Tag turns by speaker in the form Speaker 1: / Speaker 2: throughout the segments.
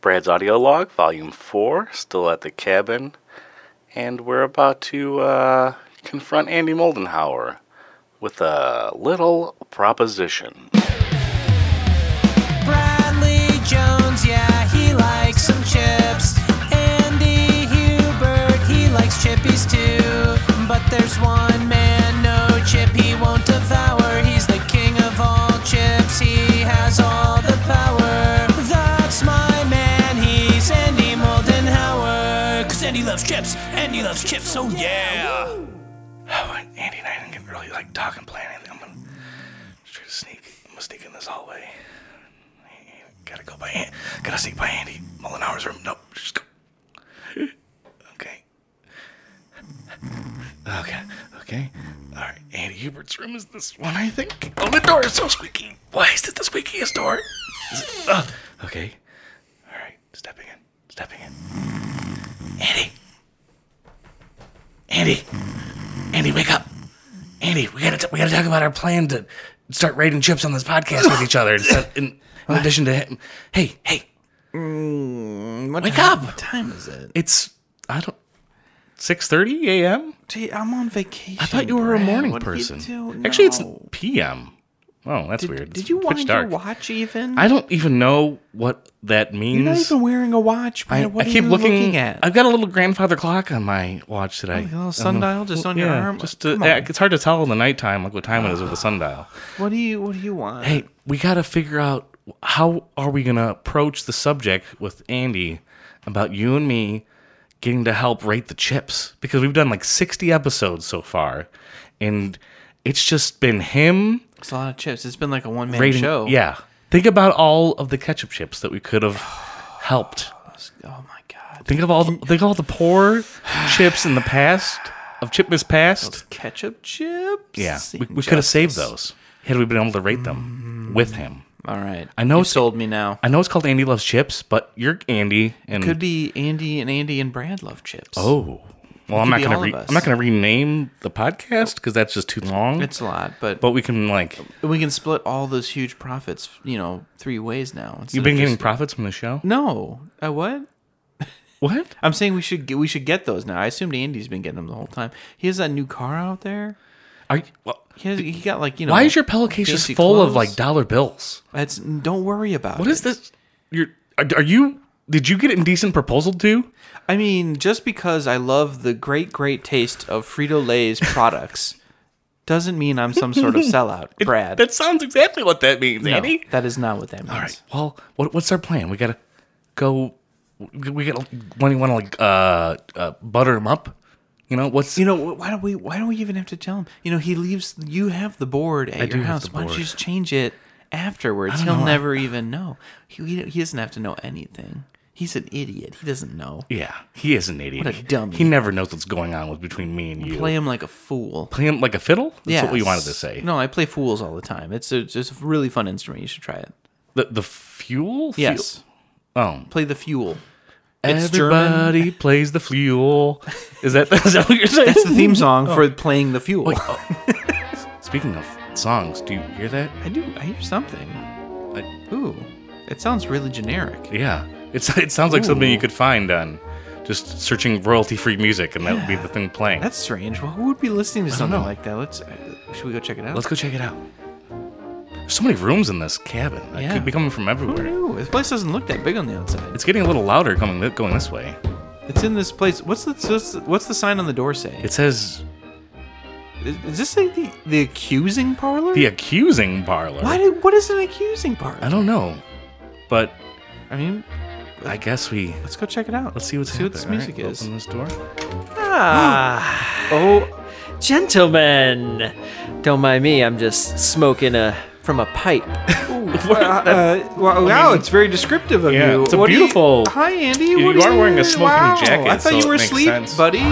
Speaker 1: Brad's audio log, volume four, still at the cabin, and we're about to uh, confront Andy Moldenhauer with a little proposition.
Speaker 2: Bradley Jones, yeah, he likes some chips. Andy Hubert, he likes chippies too. But there's one man, no chip he won't devour. He's the king of all chips, he has all the power. That's my man, he's Andy Moldenhauer. Cause Andy loves chips, Andy loves chips, oh yeah.
Speaker 1: Andy and I didn't get really like talk and plan anything. I'm gonna just try to sneak. I'm gonna sneak in this hallway. Gotta go by. An- gotta sneak by Andy Mullenhour's room. Nope. Just go. Okay. Okay. Okay. All right. Andy Hubert's room is this one, I think. Oh, the door is so squeaky. Why is it the squeakiest door? Is it- oh, okay. All right. Stepping in. Stepping in. Andy. Andy. Andy, wake up. Andy, we gotta t- we gotta talk about our plan to start raiding chips on this podcast with each other. Instead, in, in addition to him, hey, hey,
Speaker 3: What
Speaker 1: Wake
Speaker 3: time,
Speaker 1: up!
Speaker 3: What time is it?
Speaker 1: it's I don't six thirty a.m.
Speaker 3: Gee, I'm on vacation.
Speaker 1: I thought you were a
Speaker 3: Brad.
Speaker 1: morning
Speaker 3: What do you
Speaker 1: person.
Speaker 3: do?
Speaker 1: Actually, it's
Speaker 3: No.
Speaker 1: p.m. Oh, that's
Speaker 3: Did,
Speaker 1: weird.
Speaker 3: did
Speaker 1: It's
Speaker 3: you
Speaker 1: pitch
Speaker 3: wind
Speaker 1: dark.
Speaker 3: your watch even?
Speaker 1: I don't even know what that means.
Speaker 3: You're not even wearing a watch.
Speaker 1: I,
Speaker 3: Brad. what
Speaker 1: I
Speaker 3: are
Speaker 1: keep
Speaker 3: you
Speaker 1: looking,
Speaker 3: at.
Speaker 1: I've got a little grandfather clock on my watch today.
Speaker 3: Like a little sundial just on your arm?
Speaker 1: Just to,
Speaker 3: Come
Speaker 1: yeah,
Speaker 3: on.
Speaker 1: it's hard to tell in the nighttime like what time it is with a sundial.
Speaker 3: What do you What do you want?
Speaker 1: hey, we got to figure out how are we going to approach the subject with Andy about you and me getting to help rate the chips because we've done like 60 episodes so far and it's just been him
Speaker 3: it's a lot of chips. It's been like a one man
Speaker 1: rating
Speaker 3: show.
Speaker 1: yeah think about all of the ketchup chips that we could have helped
Speaker 3: Oh my god.
Speaker 1: think of all the, think of all the poor chips in the past of chipmas past
Speaker 3: Ketchup chips.
Speaker 1: yeah we, we could have saved those had we been able to rate them with him
Speaker 3: All right.
Speaker 1: I know
Speaker 3: You
Speaker 1: it's-
Speaker 3: sold me now.
Speaker 1: I know it's called Andy Loves Chips, but you're Andy and
Speaker 3: Could be Andy and Andy and Brad love chips.
Speaker 1: Oh. Well, I'm
Speaker 3: could
Speaker 1: not
Speaker 3: be
Speaker 1: gonna
Speaker 3: all of
Speaker 1: re-
Speaker 3: us.
Speaker 1: I'm not gonna rename the podcast because that's just too long.
Speaker 3: it's a lot, but,
Speaker 1: but we can like
Speaker 3: we can split all those huge profits. You know, three ways now. instead
Speaker 1: you've been
Speaker 3: of
Speaker 1: getting
Speaker 3: just-
Speaker 1: profits from the show.
Speaker 3: no. Uh, what?
Speaker 1: What?
Speaker 3: I'm saying we should get, we should get those now. I assumed Andy's been getting them the whole time. He has that new car out there.
Speaker 1: Are you, well,
Speaker 3: He, has, he got like you know.
Speaker 1: why is your pillowcase just
Speaker 3: fancy
Speaker 1: full of
Speaker 3: clothes.
Speaker 1: like dollar bills?
Speaker 3: That's don't worry about
Speaker 1: What
Speaker 3: it.
Speaker 1: is this? You're are, are you? Did you get indecent proposal too?
Speaker 3: I mean, just because I love the great great taste of Frito Lay's products, doesn't mean I'm some sort of sellout, Brad.
Speaker 1: That sounds exactly what that means,
Speaker 3: No,
Speaker 1: Andy.
Speaker 3: that is not what that means.
Speaker 1: All right. Well, what, what's our plan? We gotta go. We gotta. Want to like uh, uh butter him up? You know what's
Speaker 3: You know wh- why don't we? Why don't we even have to tell him? You know, he leaves. You have the board at
Speaker 1: do
Speaker 3: your
Speaker 1: have
Speaker 3: house.
Speaker 1: the
Speaker 3: Why don't
Speaker 1: board.
Speaker 3: you just change it afterwards? He'll
Speaker 1: know. I-
Speaker 3: never even know. He, he he doesn't have to know anything. He's an idiot. He doesn't know.
Speaker 1: Yeah, he is an idiot.
Speaker 3: What a dummy.
Speaker 1: He never knows what's going on with between me and you.
Speaker 3: Play him like a fool.
Speaker 1: Play him like a fiddle. That's
Speaker 3: Yeah,
Speaker 1: what we wanted to say.
Speaker 3: No, I play fools all the time. It's a, it's a really fun instrument. You should try it.
Speaker 1: The the fuel. Fuel-
Speaker 3: Yes,
Speaker 1: Oh,
Speaker 3: play the fuel. It's German.
Speaker 1: everybody plays the fuel. Is that is that what you're saying?
Speaker 3: It's the theme song
Speaker 1: Oh.
Speaker 3: for playing the fuel.
Speaker 1: Speaking of songs, do you hear that?
Speaker 3: I do. I hear something.
Speaker 1: I-
Speaker 3: Ooh, it sounds really generic.
Speaker 1: Yeah, it's it sounds like something you
Speaker 3: Ooh.
Speaker 1: could find on just searching royalty free music, and that would be the thing playing.
Speaker 3: That's strange. Well, who would be listening to something
Speaker 1: know.
Speaker 3: like that? Let's. Uh, should we go check it out?
Speaker 1: Let's go check it out. There's so many rooms in this cabin. It
Speaker 3: Yeah.
Speaker 1: could be coming from
Speaker 3: Who
Speaker 1: everywhere.
Speaker 3: knew? This place doesn't look that big on the outside.
Speaker 1: It's getting a little louder coming going this way.
Speaker 3: It's in this place. What's the what's the- what's the sign on the door say?
Speaker 1: It says
Speaker 3: Is, is this like the the accusing parlor?
Speaker 1: the accusing parlor.
Speaker 3: Why did, what is an accusing parlor?
Speaker 1: I don't know, but
Speaker 3: I mean,
Speaker 1: I guess we
Speaker 3: let's go check it out.
Speaker 1: let's see what's
Speaker 3: see what this
Speaker 1: happening.
Speaker 3: music
Speaker 1: All right,
Speaker 3: is.
Speaker 1: Open this door.
Speaker 4: Ah,
Speaker 3: Oh,
Speaker 4: gentlemen, don't mind me. I'm just smoking a from a pipe.
Speaker 3: uh, wow! wow, it's very descriptive of
Speaker 1: Yeah,
Speaker 3: you.
Speaker 1: it's a
Speaker 3: What do you-
Speaker 4: beautiful-
Speaker 3: hi, Andy.
Speaker 1: you
Speaker 3: what do
Speaker 1: are wearing a smoking
Speaker 3: wow,
Speaker 1: jacket,
Speaker 3: I thought
Speaker 1: so
Speaker 3: you
Speaker 1: it
Speaker 3: were
Speaker 1: makes
Speaker 3: asleep,
Speaker 1: sense.
Speaker 3: buddy.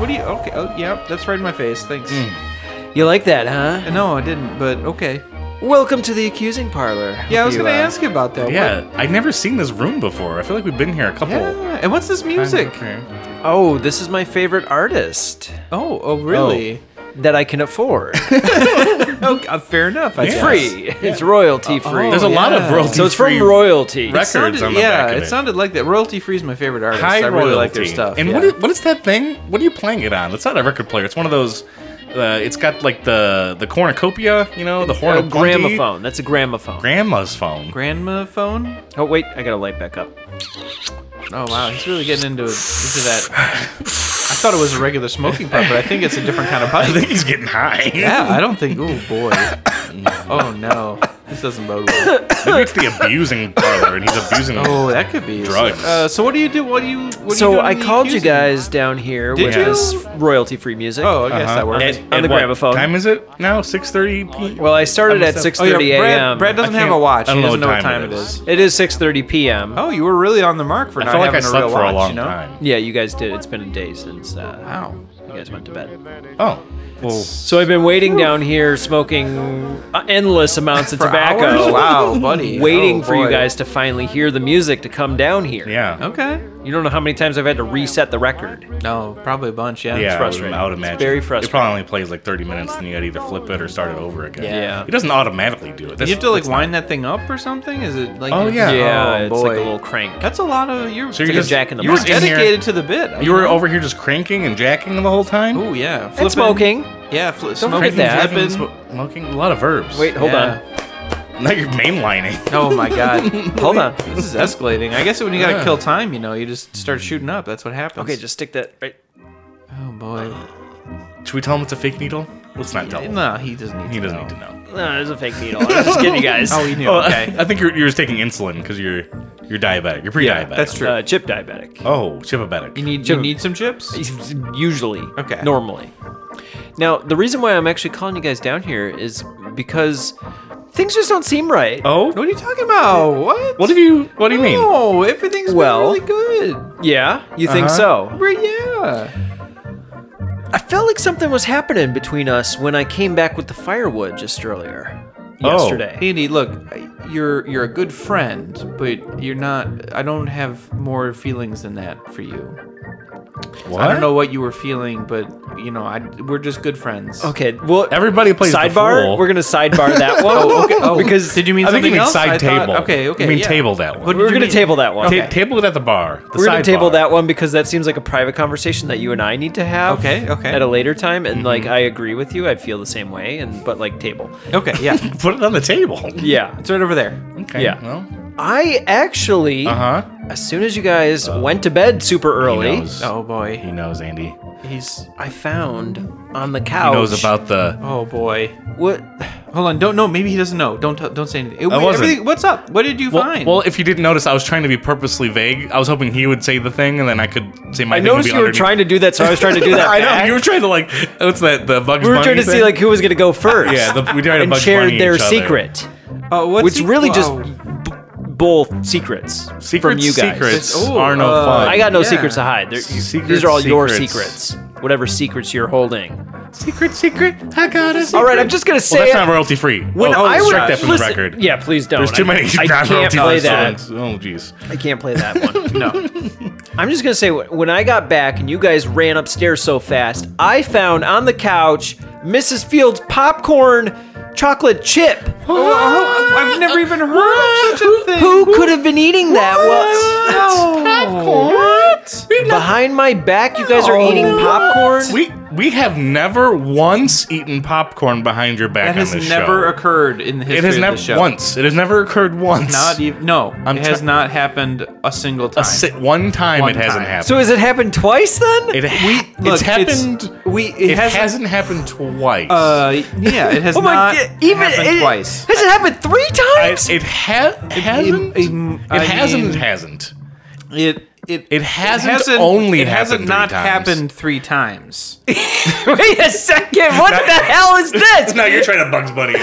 Speaker 3: What do you? Okay. Oh, yeah. That's right in my face. Thanks.
Speaker 1: Mm.
Speaker 3: Uh,
Speaker 4: You like that, huh?
Speaker 3: No, I didn't. But okay.
Speaker 4: Welcome to the accusing parlor. Hope
Speaker 3: Yeah, I was
Speaker 4: you,
Speaker 3: gonna
Speaker 4: uh,
Speaker 3: ask you about that.
Speaker 1: Yeah, I've never seen this room before. I feel like we've been here a
Speaker 3: What-
Speaker 1: couple.
Speaker 3: Yeah. And what's this
Speaker 1: times.
Speaker 3: music?
Speaker 1: Okay.
Speaker 4: Oh, this is my favorite artist.
Speaker 3: Oh, oh, really?
Speaker 4: that I can afford.
Speaker 3: Oh, uh, fair enough. I
Speaker 1: Yeah.
Speaker 3: guess.
Speaker 4: Free. It's royalty free.
Speaker 1: There's a lot of
Speaker 3: Oh, yeah.
Speaker 1: royalty.
Speaker 4: so it's from royalty.
Speaker 1: Records
Speaker 3: Sounded-
Speaker 1: on the
Speaker 3: yeah,
Speaker 1: back of
Speaker 3: it.
Speaker 1: it.
Speaker 3: sounded like that. Royalty Free is my favorite artist.
Speaker 1: High
Speaker 3: I really
Speaker 1: royalty.
Speaker 3: like their stuff.
Speaker 1: And
Speaker 3: yeah.
Speaker 1: what, is, what is that thing? What are you playing it on? It's not a record player. It's one of those. Uh, it's got like the the cornucopia, you know, the horn
Speaker 3: Oh,
Speaker 4: A
Speaker 1: of plenty.
Speaker 4: Oh, gramophone. That's a gramophone.
Speaker 1: Grandma's phone.
Speaker 3: grandma phone?
Speaker 4: oh wait, I got to light back up.
Speaker 3: Oh wow, he's really getting into into that. I thought it was a regular smoking pipe, but I think it's a different kind of
Speaker 1: I
Speaker 3: pipe.
Speaker 1: think he's getting high.
Speaker 3: Yeah, I don't think. Oh boy. Oh no, this doesn't bode well.
Speaker 1: Maybe it's the abusing parlor, and he's abusing.
Speaker 3: Oh, that could be
Speaker 1: Drugs.
Speaker 3: Uh, so what do you do? What do you? What do you
Speaker 4: So
Speaker 3: do in
Speaker 4: I
Speaker 3: the
Speaker 4: called you
Speaker 3: accusing?
Speaker 4: guys down here
Speaker 3: Did
Speaker 4: with
Speaker 1: you?
Speaker 4: this royalty free music.
Speaker 3: Oh, I guess that works.
Speaker 1: At-
Speaker 4: On
Speaker 1: at
Speaker 4: the
Speaker 1: what
Speaker 4: gramophone.
Speaker 1: Time is it now? Six thirty. p.m.
Speaker 4: Well, I started at
Speaker 1: must have-
Speaker 4: 6:30
Speaker 3: oh yeah,
Speaker 4: a.m.
Speaker 3: Brad, Brad doesn't
Speaker 1: I
Speaker 3: have a
Speaker 1: can't-
Speaker 3: watch.
Speaker 1: I
Speaker 3: He
Speaker 1: don't
Speaker 3: doesn't
Speaker 1: know
Speaker 3: know what
Speaker 1: what
Speaker 3: time
Speaker 1: time
Speaker 3: it
Speaker 1: it
Speaker 3: is.
Speaker 4: it is 6:30 p.m.
Speaker 3: Oh, you were really on the mark for
Speaker 1: I
Speaker 3: not
Speaker 1: felt like I
Speaker 3: having a
Speaker 1: slept
Speaker 3: real
Speaker 1: for
Speaker 3: watch.
Speaker 1: a long
Speaker 3: you know?
Speaker 1: time.
Speaker 4: Yeah, you guys did. It's been a day since uh,
Speaker 3: Wow.
Speaker 4: you guys went to bed.
Speaker 1: Oh, well,
Speaker 4: So I've been waiting down here, smoking uh, endless amounts of
Speaker 3: For
Speaker 4: tobacco.
Speaker 3: hours? Wow, buddy.
Speaker 4: Waiting
Speaker 3: Oh,
Speaker 4: for you
Speaker 3: boy.
Speaker 4: guys to finally hear the music to come down here.
Speaker 1: yeah,
Speaker 3: Okay.
Speaker 4: You don't know how many times I've had to reset the record.
Speaker 3: No, probably a bunch. Yeah.
Speaker 1: yeah. I would-
Speaker 4: frustrating.
Speaker 1: I would
Speaker 4: It's
Speaker 1: imagine.
Speaker 4: very
Speaker 1: It
Speaker 4: frustrating.
Speaker 1: probably only plays like thirty minutes, then you got to either flip it or start it over again.
Speaker 4: Yeah.
Speaker 1: It doesn't automatically do it.
Speaker 3: You have to like
Speaker 1: that's not-
Speaker 3: wind that thing up or something? Is it like?
Speaker 1: Oh, yeah.
Speaker 4: Yeah,
Speaker 3: Oh,
Speaker 4: it's like a
Speaker 3: boy.
Speaker 4: little crank.
Speaker 3: That's a lot of you're.
Speaker 1: So you're
Speaker 4: like a
Speaker 1: just
Speaker 4: jack in the
Speaker 1: you were
Speaker 4: box.
Speaker 1: in here-
Speaker 3: dedicated to the bit.
Speaker 1: You were over here just cranking and jacking the whole time.
Speaker 3: Oh yeah. Flipping.
Speaker 4: And smoking.
Speaker 3: Yeah. Fli-
Speaker 4: forget
Speaker 3: smoking.
Speaker 4: that.
Speaker 1: Flipping,
Speaker 3: Flipping.
Speaker 1: smo- smoking, a lot of verbs.
Speaker 4: Wait, hold
Speaker 3: Yeah.
Speaker 1: now you're mainlining.
Speaker 3: Oh my god.
Speaker 4: on. Hold on.
Speaker 3: this is escalating. I guess when you gotta
Speaker 1: Yeah.
Speaker 3: kill time, you know, you just start shooting up. That's what happens.
Speaker 4: Okay, just stick that right.
Speaker 3: Oh boy.
Speaker 1: Should we tell him it's a fake needle? Let's not tell him.
Speaker 3: No, he doesn't need.
Speaker 1: He
Speaker 3: to
Speaker 1: doesn't
Speaker 3: know.
Speaker 1: need to know.
Speaker 4: No, there's a fake needle. I'm just kidding you guys.
Speaker 3: Oh, he knew.
Speaker 1: Oh,
Speaker 3: okay.
Speaker 1: I think you're, you're just taking insulin because you're you're diabetic. You're pre-diabetic.
Speaker 3: That's true.
Speaker 4: Uh, chip diabetic.
Speaker 1: Oh, chipabetic.
Speaker 3: you need.
Speaker 4: Jim-
Speaker 3: You need some chips.
Speaker 4: Usually.
Speaker 3: Okay.
Speaker 4: Normally. Now, the reason why I'm actually calling you guys down here is because things just don't seem right.
Speaker 1: oh,
Speaker 3: What are you talking about? What?
Speaker 1: what do you? What do you mean?
Speaker 3: No, everything's
Speaker 4: Well-
Speaker 3: well, really good.
Speaker 4: Yeah? You think
Speaker 1: Uh-huh.
Speaker 4: so?
Speaker 3: Right, Yeah.
Speaker 4: I felt like something was happening between us when I came back with the firewood just earlier.
Speaker 1: Oh.
Speaker 4: Yesterday.
Speaker 3: Andy, look, I- you're you're a good friend, but you're not. I don't have more feelings than that for you.
Speaker 1: What?
Speaker 3: I don't know what you were feeling, but you know, I we're just good friends.
Speaker 4: Okay, well,
Speaker 1: Everybody plays the
Speaker 4: sidebar.
Speaker 1: fool.
Speaker 4: We're gonna sidebar that one.
Speaker 3: Oh, okay. Oh,
Speaker 4: because
Speaker 3: did you mean
Speaker 1: I think
Speaker 3: something
Speaker 1: you mean
Speaker 3: else?
Speaker 1: side
Speaker 3: I thought-
Speaker 1: table.
Speaker 3: okay, okay.
Speaker 1: You mean
Speaker 3: yeah.
Speaker 1: table that
Speaker 3: What
Speaker 1: one.
Speaker 3: did
Speaker 4: we're
Speaker 3: you
Speaker 4: gonna
Speaker 3: mean?
Speaker 4: table that one.
Speaker 1: Ta-
Speaker 3: okay.
Speaker 1: table it at the bar. The
Speaker 4: We're gonna
Speaker 1: side
Speaker 4: table
Speaker 1: bar.
Speaker 4: that one because that seems like a private conversation that you and I need to have.
Speaker 3: Okay, okay. Mm-hmm.
Speaker 4: At a later time, and like I agree with you, I feel the same way, and but like table.
Speaker 3: Okay, yeah.
Speaker 1: Put it on the table.
Speaker 4: Yeah,
Speaker 3: It's right over there.
Speaker 1: Okay.
Speaker 4: Yeah. Uh-huh.
Speaker 1: Well.
Speaker 4: I actually,
Speaker 1: Uh huh.
Speaker 4: as soon as you guys went to bed super
Speaker 1: He
Speaker 4: early,
Speaker 1: knows. He
Speaker 3: Oh boy.
Speaker 1: knows, Andy.
Speaker 3: He's
Speaker 4: I found on the
Speaker 1: He
Speaker 4: couch.
Speaker 1: knows about the.
Speaker 3: Oh boy.
Speaker 4: what?
Speaker 3: Hold on. Don't know. Maybe he doesn't know. Don't tell, don't say anything. Wait,
Speaker 1: wasn't.
Speaker 3: everything- What's up? What did you
Speaker 1: Well,
Speaker 3: find?
Speaker 1: well, if you didn't notice, I was trying to be purposely vague. I was hoping he would say the thing, and then I could say my.
Speaker 4: I
Speaker 1: thing would
Speaker 4: noticed
Speaker 1: be
Speaker 4: you were
Speaker 1: underneath.
Speaker 4: trying to do that, so I was trying to do that.
Speaker 1: I know
Speaker 4: back.
Speaker 1: you were trying to like. What's that? The Bugs
Speaker 4: We were
Speaker 1: Bunny
Speaker 4: trying to see
Speaker 1: thing?
Speaker 4: like who was gonna go first.
Speaker 1: Yeah, the, we tried to
Speaker 4: and
Speaker 1: Bugs
Speaker 4: shared
Speaker 1: Bunny
Speaker 4: their
Speaker 1: each other.
Speaker 4: secret,
Speaker 3: oh, what's
Speaker 4: which
Speaker 3: he-
Speaker 4: really just
Speaker 3: wow.
Speaker 4: b- bull secrets from
Speaker 1: Secrets,
Speaker 4: you guys.
Speaker 1: secrets
Speaker 3: It's- ooh,
Speaker 1: are no
Speaker 3: uh,
Speaker 1: fun.
Speaker 4: I got no
Speaker 3: Yeah.
Speaker 4: secrets to hide. They're-
Speaker 1: Secret
Speaker 4: these are all your
Speaker 1: secrets.
Speaker 4: secrets, whatever secrets you're holding.
Speaker 1: secret, secret. I got it.
Speaker 4: All right, I'm just gonna say
Speaker 1: Well, that's
Speaker 4: it.
Speaker 1: not royalty free.
Speaker 4: when
Speaker 1: oh,
Speaker 4: I
Speaker 1: strike
Speaker 4: would
Speaker 1: that from
Speaker 4: listen,
Speaker 1: the record.
Speaker 4: Yeah, please don't.
Speaker 1: There's too many
Speaker 4: I, I can't
Speaker 1: non-royalty
Speaker 4: play
Speaker 1: free
Speaker 4: that.
Speaker 1: songs. Oh, jeez.
Speaker 4: I can't play that one.
Speaker 3: no.
Speaker 4: I'm just gonna say wh- when I got back and you guys ran upstairs so fast, I found on the couch Mrs. Fields' popcorn chocolate chip.
Speaker 3: Oh, I've never even heard of such a thing.
Speaker 4: Who could have been eating that? What?
Speaker 3: No.
Speaker 4: Behind my back, you guys are eating popcorn.
Speaker 1: We we have never once eaten popcorn behind your back
Speaker 3: That
Speaker 1: on
Speaker 3: has
Speaker 1: this
Speaker 3: never
Speaker 1: show.
Speaker 3: occurred in the history
Speaker 1: it has
Speaker 3: of
Speaker 1: never
Speaker 3: the show.
Speaker 1: once. It has never occurred once.
Speaker 3: Not even. No. it has
Speaker 1: try-
Speaker 3: not happened a single time.
Speaker 1: a si- one time
Speaker 3: One
Speaker 1: it hasn't
Speaker 3: time.
Speaker 1: happened.
Speaker 4: So has it happened twice then?
Speaker 1: it ha-
Speaker 3: Look,
Speaker 1: it's happened.
Speaker 3: we. It,
Speaker 1: it
Speaker 3: hasn't.
Speaker 1: hasn't, happened twice.
Speaker 3: uh, yeah. It has
Speaker 4: oh my
Speaker 3: not
Speaker 4: god! Even
Speaker 3: happened
Speaker 4: it,
Speaker 3: twice.
Speaker 4: Has it happened three
Speaker 1: I-
Speaker 4: times?
Speaker 1: it ha- hasn't.
Speaker 3: it-
Speaker 1: It,
Speaker 3: I
Speaker 1: hasn't.
Speaker 3: mean-
Speaker 1: hasn't.
Speaker 3: It. It.
Speaker 1: It hasn't only
Speaker 3: It hasn't
Speaker 1: happened three
Speaker 3: not
Speaker 1: times.
Speaker 3: happened three times.
Speaker 4: Wait a second! What
Speaker 1: That-
Speaker 4: the hell is this?
Speaker 1: No, you're trying to Bugs Bunny.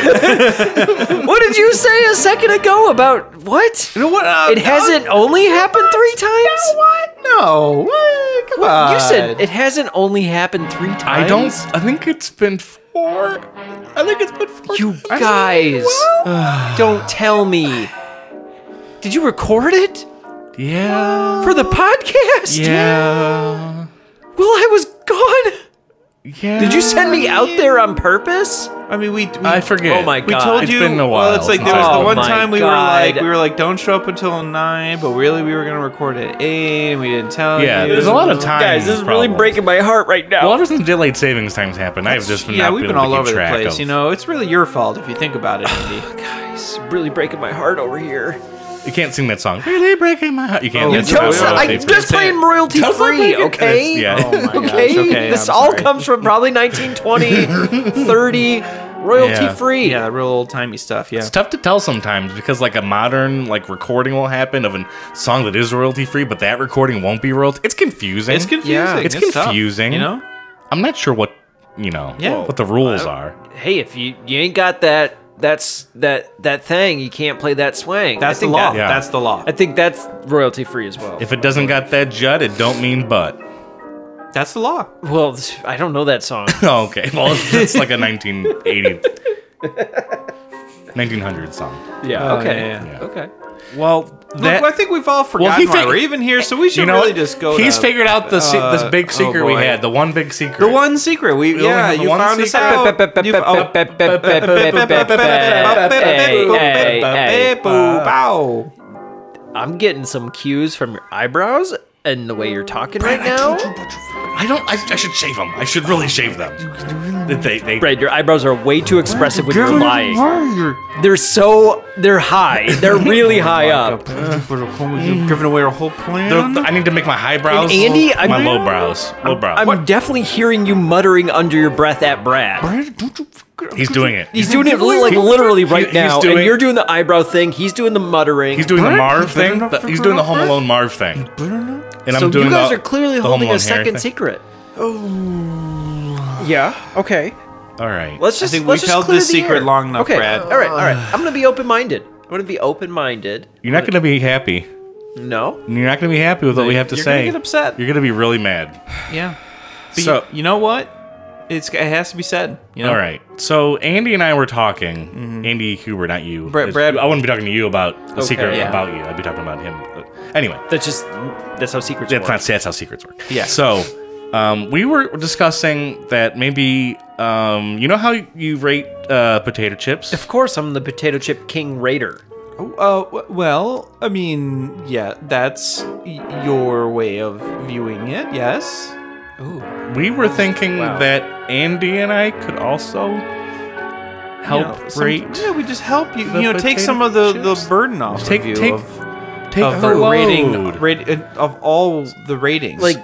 Speaker 4: What did you say a second ago about what?
Speaker 3: know what? Uh,
Speaker 4: it
Speaker 3: no,
Speaker 4: hasn't only happened three times.
Speaker 3: What? No. What? Come on.
Speaker 4: You said it hasn't only happened three times.
Speaker 1: I don't. I think it's been four. I think it's been four.
Speaker 4: You
Speaker 1: I-
Speaker 4: guys, don't tell me. Did you record it
Speaker 1: Yeah.
Speaker 4: for the podcast?
Speaker 1: Yeah.
Speaker 4: Well, I was gone.
Speaker 1: Yeah.
Speaker 4: Did you send me out there on purpose?
Speaker 3: I mean, we, we
Speaker 1: I forget.
Speaker 4: Oh my
Speaker 3: We
Speaker 4: God.
Speaker 3: told
Speaker 1: It's
Speaker 3: you.
Speaker 1: been a
Speaker 3: Well,
Speaker 1: while
Speaker 3: it's like
Speaker 1: since
Speaker 3: there was
Speaker 1: I've
Speaker 3: the
Speaker 1: done
Speaker 3: one
Speaker 4: that.
Speaker 3: time we
Speaker 4: Oh
Speaker 3: were
Speaker 4: my
Speaker 3: like,
Speaker 4: God.
Speaker 3: we were like, don't show up until nine, but really we were gonna record at eight, and we didn't tell
Speaker 1: Yeah,
Speaker 3: you.
Speaker 1: there's a lot of time.
Speaker 4: Guys, this is really
Speaker 1: problems.
Speaker 4: breaking my heart right now.
Speaker 1: Well, ever since daylight savings times happened, I have just been
Speaker 3: yeah,
Speaker 1: not
Speaker 3: we've
Speaker 1: able
Speaker 3: been all
Speaker 1: to keep
Speaker 3: over the
Speaker 1: track
Speaker 3: place.
Speaker 1: of-
Speaker 3: You know, it's really your fault if you think about it, Andy.
Speaker 4: Guys, really breaking my heart over here.
Speaker 1: You can't sing that song. Really breaking my heart. You can't.
Speaker 3: Oh,
Speaker 1: do
Speaker 3: you
Speaker 1: that.
Speaker 3: don't
Speaker 1: That's
Speaker 3: sound-
Speaker 1: not
Speaker 3: I
Speaker 1: safe.
Speaker 4: I'm just playing royalty free, okay?
Speaker 1: Yeah.
Speaker 3: Oh my gosh,
Speaker 4: okay?
Speaker 3: okay,
Speaker 4: this
Speaker 3: I'm
Speaker 4: all
Speaker 3: sorry.
Speaker 4: comes from probably 1920, 30, royalty
Speaker 1: Yeah.
Speaker 4: free.
Speaker 3: yeah, real old timey stuff. Yeah.
Speaker 1: It's tough to tell sometimes because like a modern like recording will happen of a song that is royalty free, but that recording won't be royalty. It's confusing.
Speaker 3: It's confusing.
Speaker 4: Yeah.
Speaker 1: It's
Speaker 3: tough,
Speaker 1: confusing.
Speaker 3: you know.
Speaker 1: I'm not sure what you know.
Speaker 3: Yeah.
Speaker 1: What the rules are.
Speaker 4: Hey, if you you ain't got that that's that that thing, you can't play that swang.
Speaker 3: That's
Speaker 4: I
Speaker 3: the
Speaker 4: think
Speaker 3: law.
Speaker 4: that-
Speaker 1: Yeah.
Speaker 3: That's the law.
Speaker 4: I think that's royalty free as well.
Speaker 1: If it doesn't got that jut, it don't mean but.
Speaker 3: That's the law.
Speaker 4: well, this- I don't know that song.
Speaker 1: Oh, okay. Well, it's it's like a 1980, 1900 song.
Speaker 4: Yeah.
Speaker 3: Oh,
Speaker 4: okay.
Speaker 3: yeah, yeah,
Speaker 1: yeah.
Speaker 4: Okay.
Speaker 1: Well, that.
Speaker 3: Look, I think we've all forgotten
Speaker 1: he
Speaker 3: why
Speaker 1: fi-
Speaker 3: we're even here, so we should
Speaker 1: you know,
Speaker 3: really
Speaker 1: what?
Speaker 3: just go.
Speaker 1: he's
Speaker 3: to-
Speaker 1: figured out the se- this
Speaker 3: uh,
Speaker 1: big
Speaker 3: oh
Speaker 1: secret we
Speaker 3: boy.
Speaker 1: had, the one big secret.
Speaker 3: The one secret we
Speaker 1: only
Speaker 3: yeah
Speaker 1: have the
Speaker 3: you
Speaker 1: one
Speaker 3: found this
Speaker 1: secret.
Speaker 3: out. You've- oh.
Speaker 4: Hey, hey,
Speaker 3: Bow.
Speaker 4: I'm getting some cues from your eyebrows and the way you're talking right now.
Speaker 1: I don't. I, I should shave them. I should really shave them. That They, they,
Speaker 4: Brad, your eyebrows are way too expressive when you're lying. They're so they're high. They're really high up.
Speaker 3: Giving away our whole plan.
Speaker 1: they're- I need to make my high brows.
Speaker 4: And Andy, I'm-
Speaker 1: my low brows. Low brows.
Speaker 4: I'm definitely hearing you muttering under your breath at Brad.
Speaker 1: he's doing it.
Speaker 4: He's doing it li- like literally
Speaker 1: He-
Speaker 4: right
Speaker 1: he's
Speaker 4: now, and
Speaker 1: doing-
Speaker 4: you're doing the eyebrow thing. He's doing the muttering.
Speaker 1: He's doing the
Speaker 3: Brett,
Speaker 1: Marv
Speaker 3: you
Speaker 1: thing.
Speaker 3: better not
Speaker 1: the- he's
Speaker 3: figure
Speaker 1: doing the
Speaker 3: out
Speaker 1: Home
Speaker 3: Brett.
Speaker 1: Alone Marv thing. And
Speaker 4: so
Speaker 1: I'm doing
Speaker 4: you guys
Speaker 1: the-
Speaker 4: are clearly
Speaker 1: the Home
Speaker 4: holding
Speaker 1: Alone
Speaker 4: a
Speaker 1: hair
Speaker 4: second
Speaker 1: thing.
Speaker 4: secret. Oh. Yeah. Okay.
Speaker 1: All right.
Speaker 4: Let's just
Speaker 3: think
Speaker 4: let's
Speaker 3: we've
Speaker 4: just
Speaker 3: held
Speaker 4: clear
Speaker 3: this
Speaker 4: the
Speaker 3: secret
Speaker 4: air.
Speaker 3: long enough,
Speaker 4: okay.
Speaker 3: Brad.
Speaker 4: All right. All right. I'm gonna be open minded. I'm gonna be open minded.
Speaker 1: You're not gonna be happy.
Speaker 4: No.
Speaker 1: You're not gonna be happy with what we have to
Speaker 3: You're
Speaker 1: say.
Speaker 3: gonna get upset.
Speaker 1: You're gonna be really mad.
Speaker 3: Yeah. But
Speaker 1: So-
Speaker 3: you, you know what? It's it has to be said. You know.
Speaker 1: All right. So Andy and I were talking.
Speaker 3: Mm-hmm.
Speaker 1: Andy Huber, not you.
Speaker 3: Brad-
Speaker 1: It's-
Speaker 3: Brad-
Speaker 1: I wouldn't be talking to you about the
Speaker 4: Okay,
Speaker 1: secret
Speaker 3: yeah.
Speaker 1: about you. I'd be talking about him. Anyway,
Speaker 4: That's just that's how secrets
Speaker 1: that's
Speaker 4: work.
Speaker 1: not that's how secrets work.
Speaker 3: Yeah.
Speaker 1: So um, we were discussing that maybe um, you know how you rate uh, potato chips.
Speaker 4: Of course, I'm the potato chip king raider.
Speaker 3: Uh, w- well, I mean, yeah, that's y- your way of viewing it. Yes.
Speaker 1: We were thinking that Andy and I could also
Speaker 3: You
Speaker 1: help
Speaker 3: know, some-
Speaker 1: rate.
Speaker 3: yeah, we just help you.
Speaker 1: the
Speaker 3: You know, take
Speaker 1: potato
Speaker 3: some of the, the
Speaker 1: chips.
Speaker 3: burden off
Speaker 1: Take-
Speaker 3: of you
Speaker 1: take-
Speaker 3: of,
Speaker 1: Take
Speaker 3: of
Speaker 1: the
Speaker 3: the rating
Speaker 1: load.
Speaker 3: rate, uh, of all the ratings.
Speaker 4: Like,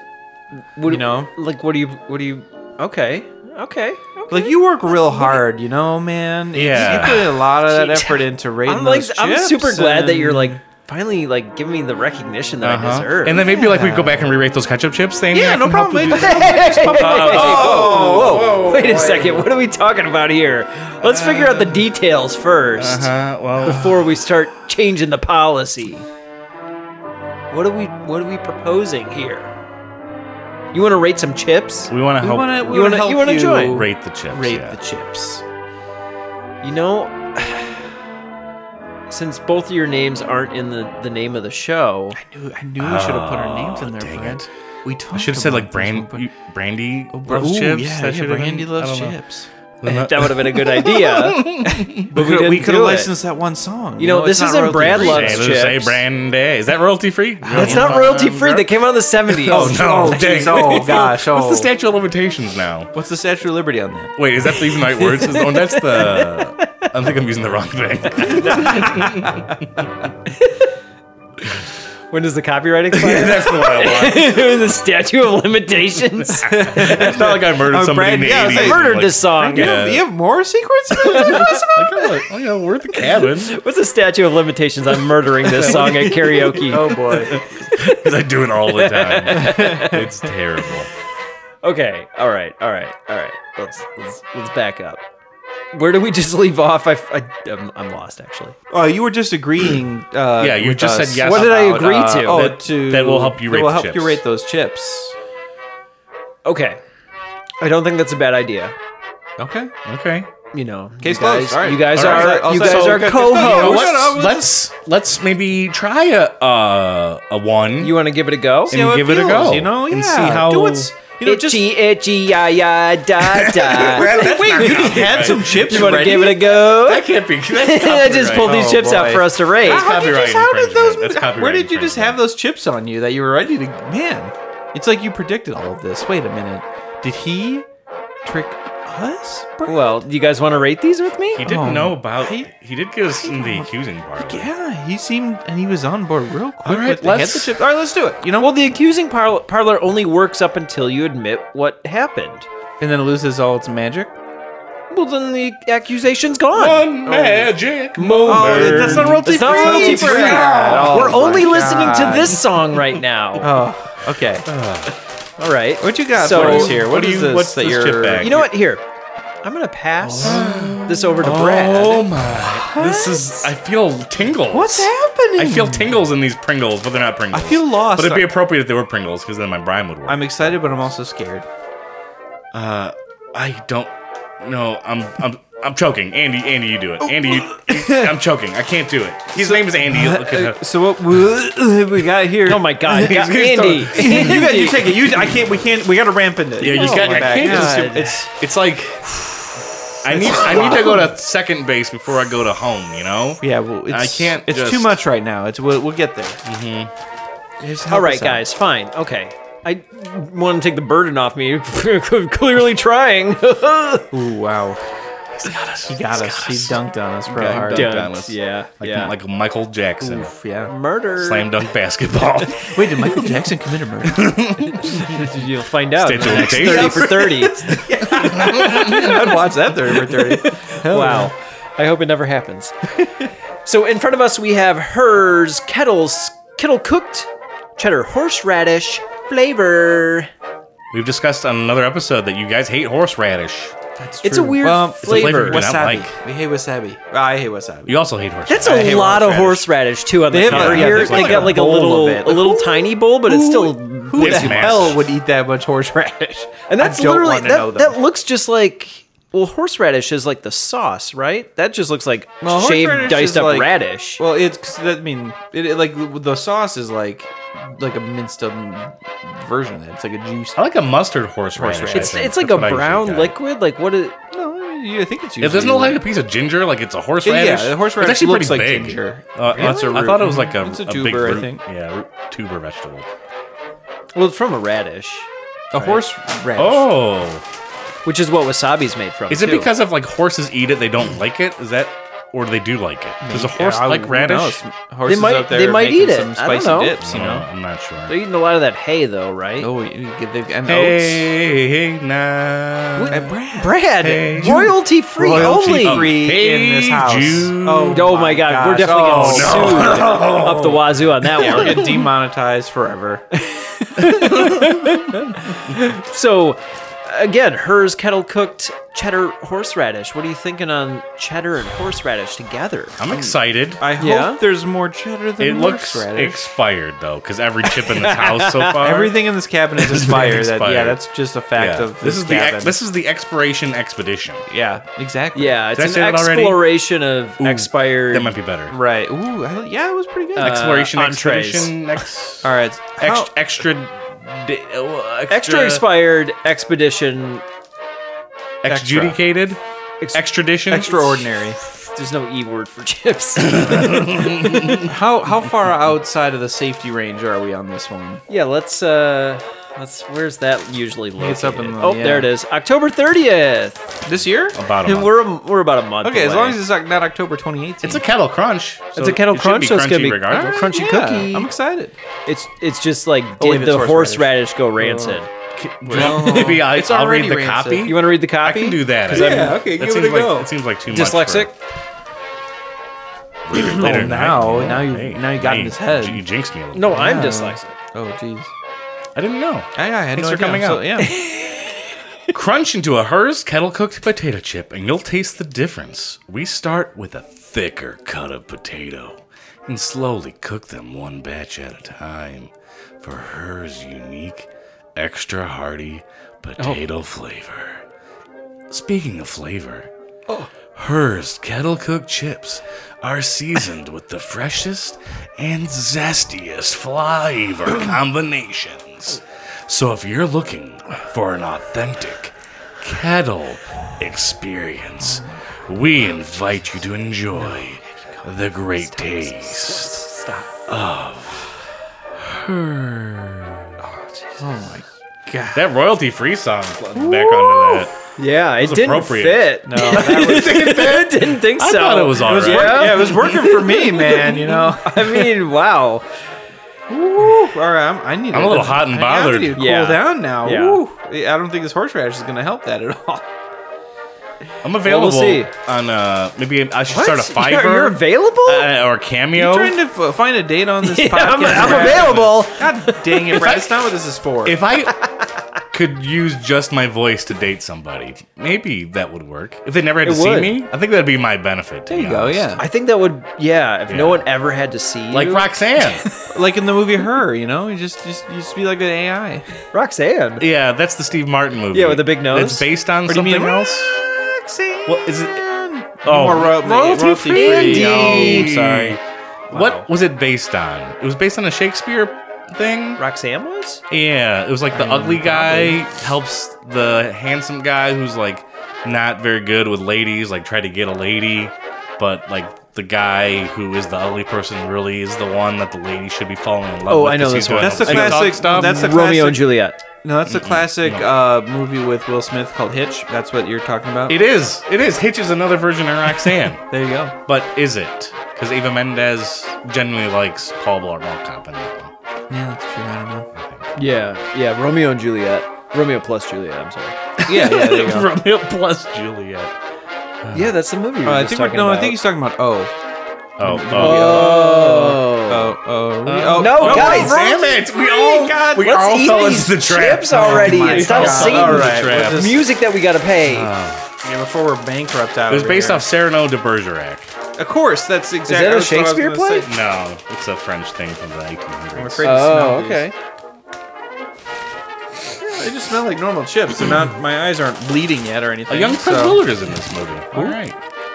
Speaker 4: what,
Speaker 3: You know?
Speaker 4: like what do you, what do you? Okay, okay, okay.
Speaker 3: Like you work real hard, you know, man. It's-
Speaker 1: Yeah.
Speaker 3: you put a lot of that
Speaker 4: Gee,
Speaker 3: effort into rating
Speaker 4: I'm like,
Speaker 3: those
Speaker 4: I'm
Speaker 3: chips
Speaker 4: super glad that you're
Speaker 3: and-
Speaker 4: like finally like giving me the recognition that I
Speaker 1: Uh-huh.
Speaker 4: deserve.
Speaker 1: And then maybe like we could go back and re-rate those ketchup chips. Then
Speaker 3: Yeah, no problem.
Speaker 1: Help you do
Speaker 3: It's-
Speaker 1: that.
Speaker 4: oh, whoa, whoa, wait a second. What are we talking about here? Let's figure out the
Speaker 3: Uh,
Speaker 4: details 1st
Speaker 1: Uh-huh, well,
Speaker 4: before we start changing the policy. What are we what are we proposing here? You want to rate some chips?
Speaker 1: we want to
Speaker 3: We
Speaker 1: help
Speaker 3: wanna- we
Speaker 4: You
Speaker 3: wanna
Speaker 4: wanna- you
Speaker 3: help
Speaker 4: wanna join?
Speaker 1: rate the chips.
Speaker 3: rate
Speaker 1: yeah.
Speaker 3: the chips.
Speaker 4: You know, since both of your names aren't in the, the name of the show,
Speaker 3: I knew, I knew we should have put our names in there,
Speaker 1: dang
Speaker 3: Brad.
Speaker 1: it.
Speaker 3: We talked
Speaker 1: I should have said like
Speaker 3: brand.
Speaker 1: brand, brandy
Speaker 3: Bro,
Speaker 1: loves
Speaker 3: ooh,
Speaker 1: chips.
Speaker 3: Oh, Yeah,
Speaker 1: That
Speaker 3: yeah
Speaker 1: should have
Speaker 3: Brandy
Speaker 1: been-
Speaker 3: loves
Speaker 1: I don't know.
Speaker 3: chips.
Speaker 4: that would have been a good idea.
Speaker 3: But
Speaker 4: we
Speaker 3: we,
Speaker 4: didn't
Speaker 3: could have
Speaker 4: do it.
Speaker 3: licensed that one song.
Speaker 4: You know, this
Speaker 3: it's not
Speaker 4: isn't Brad
Speaker 3: royalty-free.
Speaker 4: Love-
Speaker 1: Say,
Speaker 4: loves
Speaker 1: say
Speaker 4: chips.
Speaker 1: brandy. Is that royalty free?
Speaker 4: That's not royalty free. They came out in the 70s.
Speaker 1: Oh no!
Speaker 3: Oh,
Speaker 1: dang.
Speaker 3: jeez. Oh, gosh.
Speaker 1: What's
Speaker 3: Oh.
Speaker 1: the statute of limitations now?
Speaker 3: What's the Statue of Liberty on that?
Speaker 1: Wait, is that even the right words? Is- Oh, that's the. I think I'm using the wrong thing.
Speaker 4: When does the copyright expire?
Speaker 1: that's the one I want.
Speaker 4: the statute of limitations.
Speaker 1: It's not like I murdered
Speaker 3: Oh,
Speaker 1: somebody in
Speaker 3: Brad,
Speaker 1: the
Speaker 3: yeah, I was
Speaker 1: 80s.
Speaker 3: like,
Speaker 1: and,
Speaker 4: murdered
Speaker 1: like,
Speaker 4: this song.
Speaker 1: Yeah.
Speaker 3: You have more secrets?
Speaker 1: Like, I'm like, oh yeah, we're at the cabin.
Speaker 4: What's the statute of limitations on murdering this song at karaoke?
Speaker 3: oh boy.
Speaker 1: Because I do it all the time. It's terrible.
Speaker 4: Okay. All right. All right. All right. Let's let's let's back up. Where do we just leave off? I, am I'm lost actually.
Speaker 3: Oh, you were just agreeing. Uh,
Speaker 1: Yeah, you
Speaker 3: with
Speaker 1: just
Speaker 3: us
Speaker 1: said yes
Speaker 4: What did I
Speaker 3: about,
Speaker 4: agree
Speaker 3: uh,
Speaker 4: to?
Speaker 3: Oh,
Speaker 1: That-
Speaker 3: to
Speaker 1: that will help you
Speaker 3: that
Speaker 1: rate
Speaker 3: will
Speaker 1: the
Speaker 3: help
Speaker 1: chips.
Speaker 3: you rate those chips.
Speaker 4: Okay. I don't think that's a bad idea.
Speaker 3: Okay.
Speaker 1: Okay.
Speaker 4: You know,
Speaker 3: Case
Speaker 4: you guys,
Speaker 3: closed. All right.
Speaker 4: You guys
Speaker 3: All right.
Speaker 4: are
Speaker 3: I'll
Speaker 4: you
Speaker 3: say-
Speaker 4: guys
Speaker 3: so-
Speaker 4: are
Speaker 3: okay,
Speaker 4: co-hosts.
Speaker 3: let's-
Speaker 1: Let's Oh, let's let's maybe try a uh, a one.
Speaker 4: You want to give it a go?
Speaker 1: and
Speaker 3: how it
Speaker 1: give it, a
Speaker 3: feels,
Speaker 1: go.
Speaker 3: You know, yeah.
Speaker 1: and see how
Speaker 3: do what's You know,
Speaker 4: itchy,
Speaker 3: just-
Speaker 4: itchy, ya, ya, da, da.
Speaker 3: Wait, you just had some chips
Speaker 4: you want to
Speaker 3: ready?
Speaker 4: give it a go?
Speaker 1: That can't be.
Speaker 4: I just
Speaker 1: Oh,
Speaker 4: pulled these chips out
Speaker 3: Oh, boy. Uh-huh.
Speaker 4: for us to rate.
Speaker 1: That's
Speaker 3: How did you
Speaker 1: copyright
Speaker 3: just- how did
Speaker 1: infringement.
Speaker 3: those-
Speaker 1: That's copyright
Speaker 3: Where did you just
Speaker 1: infringement.
Speaker 3: have those chips on you that you were ready to? Man, it's like you predicted all of this. Wait a minute, did he trick us? Brad?
Speaker 4: Well, you guys want to rate these with me?
Speaker 1: He didn't
Speaker 3: Oh.
Speaker 1: know about. He did give us some of the accusing part.
Speaker 3: yeah, he seemed and he was on board real quick.
Speaker 1: All right,
Speaker 3: with the- he had
Speaker 1: let's-
Speaker 3: the chips. All right, let's do it. You know,
Speaker 4: Well, the accusing parlor, parlor only works up until you admit what happened.
Speaker 3: and then it loses all its magic.
Speaker 4: Well, then the accusation's gone.
Speaker 1: One magic
Speaker 3: Oh,
Speaker 1: moment.
Speaker 3: that's not royalty
Speaker 4: It's not
Speaker 3: free.
Speaker 4: royalty free.
Speaker 3: Oh,
Speaker 4: We're
Speaker 3: my
Speaker 4: only listening
Speaker 3: God.
Speaker 4: to this song right now.
Speaker 3: Oh, okay.
Speaker 4: All right.
Speaker 3: What you got
Speaker 4: So-
Speaker 3: for us here?
Speaker 1: What
Speaker 3: what
Speaker 1: do
Speaker 3: is
Speaker 1: you-
Speaker 3: this
Speaker 1: what's
Speaker 3: that
Speaker 1: this
Speaker 3: you're?
Speaker 1: chip bag?
Speaker 4: You know what? Here, I'm gonna pass this over to
Speaker 1: Oh
Speaker 4: Brad.
Speaker 1: my! This is. I feel tingles.
Speaker 3: What's happening?
Speaker 1: I feel tingles in these Pringles, but they're not Pringles.
Speaker 3: I feel lost.
Speaker 1: But it'd be appropriate if they were Pringles, because then my Brian would work.
Speaker 3: I'm excited, but I'm also scared.
Speaker 1: I don't know. I'm I'm I'm choking. Andy, Andy, you do it. Andy, you, I'm choking. I can't do it. His name is Andy. Look at
Speaker 3: Uh, so what we, we got here?
Speaker 4: Oh my God, yeah,
Speaker 1: He's gonna
Speaker 4: Andy!
Speaker 1: start-
Speaker 4: Andy.
Speaker 3: You, got, you take it. You, I can't. We can't. We got to ramp into it.
Speaker 1: yeah, you
Speaker 4: Oh
Speaker 1: got
Speaker 4: my
Speaker 1: I can't just-
Speaker 4: God.
Speaker 1: It's it's like I need I need to go to second base before I go to home. You know.
Speaker 3: Yeah, well, it's,
Speaker 1: I can't
Speaker 3: It's
Speaker 1: just-
Speaker 3: too much right now. It's we'll, we'll get there. Mm-hmm.
Speaker 4: All right, guys. Fine. Okay. I want to take the burden off me. Clearly trying.
Speaker 3: Ooh, wow. He got us. He dunked on us real
Speaker 1: Okay,
Speaker 3: hard.
Speaker 1: dunk.
Speaker 4: Done.
Speaker 1: Dallas.
Speaker 4: Yeah.
Speaker 1: Like
Speaker 4: yeah.
Speaker 1: like Michael Jackson.
Speaker 3: Oof, yeah.
Speaker 4: murder.
Speaker 1: Slam dunk basketball.
Speaker 3: Wait, did Michael Jackson commit a murder?
Speaker 4: You'll find out.
Speaker 1: Stay
Speaker 4: in the
Speaker 1: tuned.
Speaker 4: next
Speaker 1: Stay
Speaker 4: Thirty
Speaker 1: tuned.
Speaker 4: for thirty.
Speaker 3: I'd watch that thirty for thirty. Hell
Speaker 4: Wow. I hope it never happens. so in front of us we have hers kettles kettle cooked cheddar horseradish flavor.
Speaker 1: We've discussed on another episode that you guys hate horseradish.
Speaker 3: That's
Speaker 4: It's a
Speaker 3: true.
Speaker 4: weird
Speaker 3: Well,
Speaker 1: a flavor
Speaker 4: flavor.
Speaker 1: you don't
Speaker 3: wasabi.
Speaker 1: like.
Speaker 3: We hate wasabi. I hate wasabi.
Speaker 1: You also hate horseradish.
Speaker 4: That's
Speaker 3: I
Speaker 4: a
Speaker 3: hate
Speaker 4: lot of
Speaker 3: horseradish.
Speaker 4: horseradish too on
Speaker 3: They
Speaker 4: the
Speaker 3: have
Speaker 4: cover
Speaker 1: like- yeah,
Speaker 4: here.
Speaker 1: there's
Speaker 4: they
Speaker 1: like
Speaker 4: got
Speaker 1: a
Speaker 4: like a
Speaker 3: bowl
Speaker 4: little,
Speaker 3: of it.
Speaker 4: a little tiny bowl, but it's still
Speaker 3: Who the
Speaker 1: It's massive.
Speaker 3: hell would eat that much horseradish?
Speaker 4: and that's
Speaker 3: I don't
Speaker 4: literally
Speaker 3: want to
Speaker 4: that,
Speaker 3: know them.
Speaker 4: that looks just like well, horseradish is like the sauce, right? That just looks like
Speaker 3: Well,
Speaker 4: shaved,
Speaker 3: horseradish
Speaker 4: diced
Speaker 3: is
Speaker 4: up
Speaker 3: like-
Speaker 4: radish.
Speaker 3: Well, it's 'cause that. I mean, it, it, like the sauce is like like a minced up version of that. It's like a juice.
Speaker 1: I like a mustard horseradish.
Speaker 3: Horseradish.
Speaker 1: I
Speaker 4: it's
Speaker 1: think.
Speaker 4: it's like
Speaker 1: That's
Speaker 4: a
Speaker 1: what I usually
Speaker 4: brown
Speaker 1: got.
Speaker 4: liquid. Like what is?
Speaker 3: No, I, mean, I think it's.
Speaker 1: If there's
Speaker 3: usually
Speaker 1: no like a piece of ginger, like it's a horseradish.
Speaker 3: Yeah, the horseradish
Speaker 1: it's actually
Speaker 3: looks
Speaker 1: pretty
Speaker 3: like
Speaker 1: big.
Speaker 3: ginger.
Speaker 1: Uh, that's a
Speaker 3: Really?
Speaker 1: root. I thought it was like a,
Speaker 3: It's a
Speaker 1: big
Speaker 3: tuber, I
Speaker 1: root-
Speaker 3: think.
Speaker 1: Yeah, root, tuber vegetable.
Speaker 4: Well, it's from a radish,
Speaker 3: a horse rash.
Speaker 1: Oh,
Speaker 4: which is what wasabi's made from.
Speaker 1: is it
Speaker 4: too.
Speaker 1: because of like horses eat it, they don't like it? Is that, or do they do like it? Does a horse
Speaker 3: I-
Speaker 1: like
Speaker 3: who
Speaker 1: radish?
Speaker 3: knows? Horses
Speaker 4: might-
Speaker 3: out there
Speaker 4: they might
Speaker 3: making
Speaker 4: eat it.
Speaker 3: Some
Speaker 4: I don't
Speaker 3: spicy
Speaker 4: know.
Speaker 3: dips, you
Speaker 1: No,
Speaker 3: know.
Speaker 1: I'm not sure.
Speaker 4: They're eating a lot of that hay, though, right?
Speaker 3: Oh, you get the and oats.
Speaker 1: Hey, hey,
Speaker 3: Hey,
Speaker 1: now.
Speaker 3: Brad.
Speaker 4: Brad,
Speaker 1: Hey. Oh,
Speaker 4: royalty free
Speaker 3: Royalty
Speaker 4: only.
Speaker 3: free
Speaker 1: Hey,
Speaker 3: in this house.
Speaker 1: Jude.
Speaker 4: Oh my God, we're definitely
Speaker 3: going
Speaker 4: getting
Speaker 1: Oh,
Speaker 4: sued up the wazoo on that
Speaker 3: Oh,
Speaker 4: one.
Speaker 3: We're gonna demonetize forever.
Speaker 4: So, again, hers kettle cooked cheddar horseradish. What are you thinking on cheddar and horseradish together?
Speaker 1: I'm excited.
Speaker 3: I hope
Speaker 4: Yeah?
Speaker 3: there's more cheddar than
Speaker 1: It looks
Speaker 3: horseradish.
Speaker 1: expired though, because every chip in this house so far.
Speaker 3: Everything in this cabinet is expired. that, yeah,
Speaker 1: expired.
Speaker 3: that's just a fact
Speaker 1: Yeah.
Speaker 3: of this,
Speaker 1: This is the
Speaker 3: cabin.
Speaker 1: ex- this is the expiration expedition.
Speaker 3: yeah, exactly.
Speaker 4: Yeah, it's
Speaker 1: Did I say
Speaker 4: an
Speaker 1: that already?
Speaker 4: exploration of
Speaker 1: Ooh,
Speaker 4: expired.
Speaker 1: That might be better.
Speaker 3: Right. Ooh, I, yeah, it was pretty good.
Speaker 1: exploration
Speaker 4: entrees.
Speaker 1: expedition ex,
Speaker 3: All right.
Speaker 1: ex-
Speaker 3: How,
Speaker 1: extra, di- uh,
Speaker 4: extra expired expedition.
Speaker 1: exjudicated
Speaker 4: Ex-
Speaker 1: extradition
Speaker 3: extraordinary.
Speaker 4: There's no e word for chips.
Speaker 3: How how far outside of the safety range are we on this one?
Speaker 4: yeah, let's. uh Let's. Where's that usually located?
Speaker 3: It's up in the-
Speaker 4: oh,
Speaker 3: yeah.
Speaker 4: there it is. October thirtieth.
Speaker 3: This year?
Speaker 1: about a
Speaker 4: And
Speaker 1: month.
Speaker 4: we're a, we're about a month.
Speaker 3: Okay, as
Speaker 4: away.
Speaker 3: long as it's like not October 2018.
Speaker 1: it's a kettle crunch
Speaker 4: it's a kettle
Speaker 1: it should
Speaker 4: crunch,
Speaker 1: be
Speaker 4: so it's gonna
Speaker 1: crunchy
Speaker 4: be
Speaker 1: regardless.
Speaker 4: crunchy cookie.
Speaker 3: I'm excited.
Speaker 4: it's it's just like did
Speaker 3: wait, it's
Speaker 4: the
Speaker 3: horseradish.
Speaker 4: horseradish go rancid?
Speaker 1: Well, maybe I,
Speaker 3: It's
Speaker 1: I'll read
Speaker 3: already
Speaker 1: the
Speaker 3: rancid.
Speaker 1: copy
Speaker 4: You want to read the
Speaker 1: Oh. I
Speaker 4: copy?
Speaker 1: can do that
Speaker 4: Yeah,
Speaker 1: I'm-
Speaker 3: okay,
Speaker 1: that
Speaker 3: give it
Speaker 1: seems
Speaker 3: a
Speaker 1: like,
Speaker 3: go.
Speaker 1: it seems like too
Speaker 4: Dyslexic.
Speaker 1: much for later, later
Speaker 3: Oh, now-
Speaker 1: tonight.
Speaker 3: now you-
Speaker 1: Hey,
Speaker 3: now you got
Speaker 1: hey,
Speaker 3: in his head.
Speaker 1: you jinxed me a little
Speaker 4: No,
Speaker 1: bit.
Speaker 4: I'm
Speaker 3: Yeah.
Speaker 4: dyslexic.
Speaker 3: Oh, jeez.
Speaker 1: I didn't know
Speaker 3: I, I had
Speaker 1: Thanks
Speaker 3: no
Speaker 1: for
Speaker 3: idea.
Speaker 1: coming
Speaker 3: I'm so-
Speaker 1: out.
Speaker 3: yeah.
Speaker 1: Crunch into a Hers kettle cooked potato chip and you'll taste the difference. We start with a thicker cut of potato and slowly cook them one batch at a time for Hers unique, extra hearty potato flavor. Speaking of flavor, Hers kettle cooked chips are seasoned with the freshest and zestiest flavor combinations. So if you're looking for an authentic kettle experience, we invite you to enjoy the great taste. Oh That royalty free song back onto that.
Speaker 4: Yeah, it didn't
Speaker 1: appropriate.
Speaker 4: fit. No, I didn't think so.
Speaker 1: I thought it was all
Speaker 3: It was
Speaker 1: right.
Speaker 3: work- yeah, it was working for me, man. You know.
Speaker 4: I mean, wow.
Speaker 3: Woo, all right, I'm, I need.
Speaker 1: I'm a little hot and
Speaker 3: I- I
Speaker 1: bothered.
Speaker 3: need to cool
Speaker 4: Yeah.
Speaker 3: down now.
Speaker 4: Yeah.
Speaker 3: Woo. I don't think this horseradish is going to help that at all.
Speaker 1: I'm available
Speaker 4: Well, we'll see.
Speaker 1: on uh maybe I should start a
Speaker 4: What? You're-
Speaker 1: Fiverr
Speaker 4: You're available?
Speaker 1: uh, or Cameo.
Speaker 3: I'm trying to f- find a date on this
Speaker 4: Yeah,
Speaker 3: podcast.
Speaker 4: I'm, I'm
Speaker 3: Brad.
Speaker 4: available.
Speaker 3: God dang it, Brad! That's not what this is for.
Speaker 1: if I could use just my voice to date somebody, maybe that would work. If they never had
Speaker 4: It
Speaker 1: to see
Speaker 4: would.
Speaker 1: me, I think that'd be my benefit. To
Speaker 3: there you go. Yeah,
Speaker 4: I think that would, yeah, if
Speaker 1: Yeah.
Speaker 4: no one ever had to see you.
Speaker 1: Like Roxanne.
Speaker 3: like in the movie Her. You know, you just just you just be like an AI.
Speaker 4: Roxanne.
Speaker 1: yeah, that's the Steve Martin movie.
Speaker 4: Yeah, with the big nose?
Speaker 1: It's based on
Speaker 3: do you
Speaker 1: something
Speaker 3: mean-
Speaker 1: else.
Speaker 3: Roxanne.
Speaker 1: What is it?
Speaker 3: Oh,
Speaker 1: Oh,
Speaker 3: royalty,
Speaker 1: royalty
Speaker 3: royalty free.
Speaker 1: free.
Speaker 3: Oh, I'm sorry.
Speaker 1: What was it based on? It was based on a Shakespeare thing.
Speaker 4: Roxanne was?
Speaker 1: Yeah, it was like the ugly guy helps the handsome guy who's like not very good with ladies, like try to get a lady, but like the guy who is the ugly person really is the one that the lady should be falling in love
Speaker 4: Oh,
Speaker 1: with.
Speaker 4: I know
Speaker 1: 'cause
Speaker 4: this
Speaker 1: he's doing
Speaker 4: one.
Speaker 1: all
Speaker 3: That's the
Speaker 1: sweet talk
Speaker 3: classic-
Speaker 1: stuff.
Speaker 3: that's the
Speaker 4: Um, Romeo
Speaker 3: classic-
Speaker 4: and Juliet.
Speaker 3: No, that's the classic uh, movie with Will Smith called Hitch. That's what you're talking about.
Speaker 1: it is. It is. Hitch is another version of Roxanne,
Speaker 3: there you go.
Speaker 1: but is it? Because Eva Mendes genuinely likes Paul Blart in that one.
Speaker 3: Yeah, that's true. I don't know.
Speaker 4: Yeah, yeah, Romeo and Juliet. Romeo plus Juliet, I'm sorry.
Speaker 3: Yeah, yeah, there you go.
Speaker 1: Romeo plus Juliet.
Speaker 4: Yeah, that's the movie we were
Speaker 3: Uh, I
Speaker 4: just
Speaker 3: think we're,
Speaker 4: talking
Speaker 3: no,
Speaker 4: about.
Speaker 3: I think he's talking about oh,
Speaker 1: Oh, oh,
Speaker 4: Oh.
Speaker 3: oh, oh, re- oh.
Speaker 4: no,
Speaker 1: Oh,
Speaker 4: guys,
Speaker 1: damn it! We all got. We
Speaker 4: Let's
Speaker 1: all
Speaker 4: eat
Speaker 1: fell
Speaker 4: these
Speaker 1: into the trap. Oh
Speaker 4: chips already
Speaker 3: my
Speaker 4: and stop
Speaker 3: God.
Speaker 4: singing
Speaker 3: All right,
Speaker 1: Trap.
Speaker 3: we're just-
Speaker 4: Uh,
Speaker 3: Ah,
Speaker 4: music that we gotta pay.
Speaker 3: yeah, before we're bankrupt out.
Speaker 1: It was
Speaker 3: over
Speaker 1: based
Speaker 3: here.
Speaker 1: off Cyrano de Bergerac.
Speaker 3: Of course, that's exactly.
Speaker 4: that a
Speaker 3: that's what I was
Speaker 4: Shakespeare
Speaker 3: gonna
Speaker 4: play?
Speaker 3: say.
Speaker 1: No, it's a French thing from the 1800s.
Speaker 3: I'm afraid
Speaker 4: oh,
Speaker 3: to smell these.
Speaker 4: okay.
Speaker 3: They just smell like normal chips. They're not. My eyes aren't bleeding yet or anything.
Speaker 1: A young Fred
Speaker 3: so-
Speaker 1: Willard is in this movie. All right,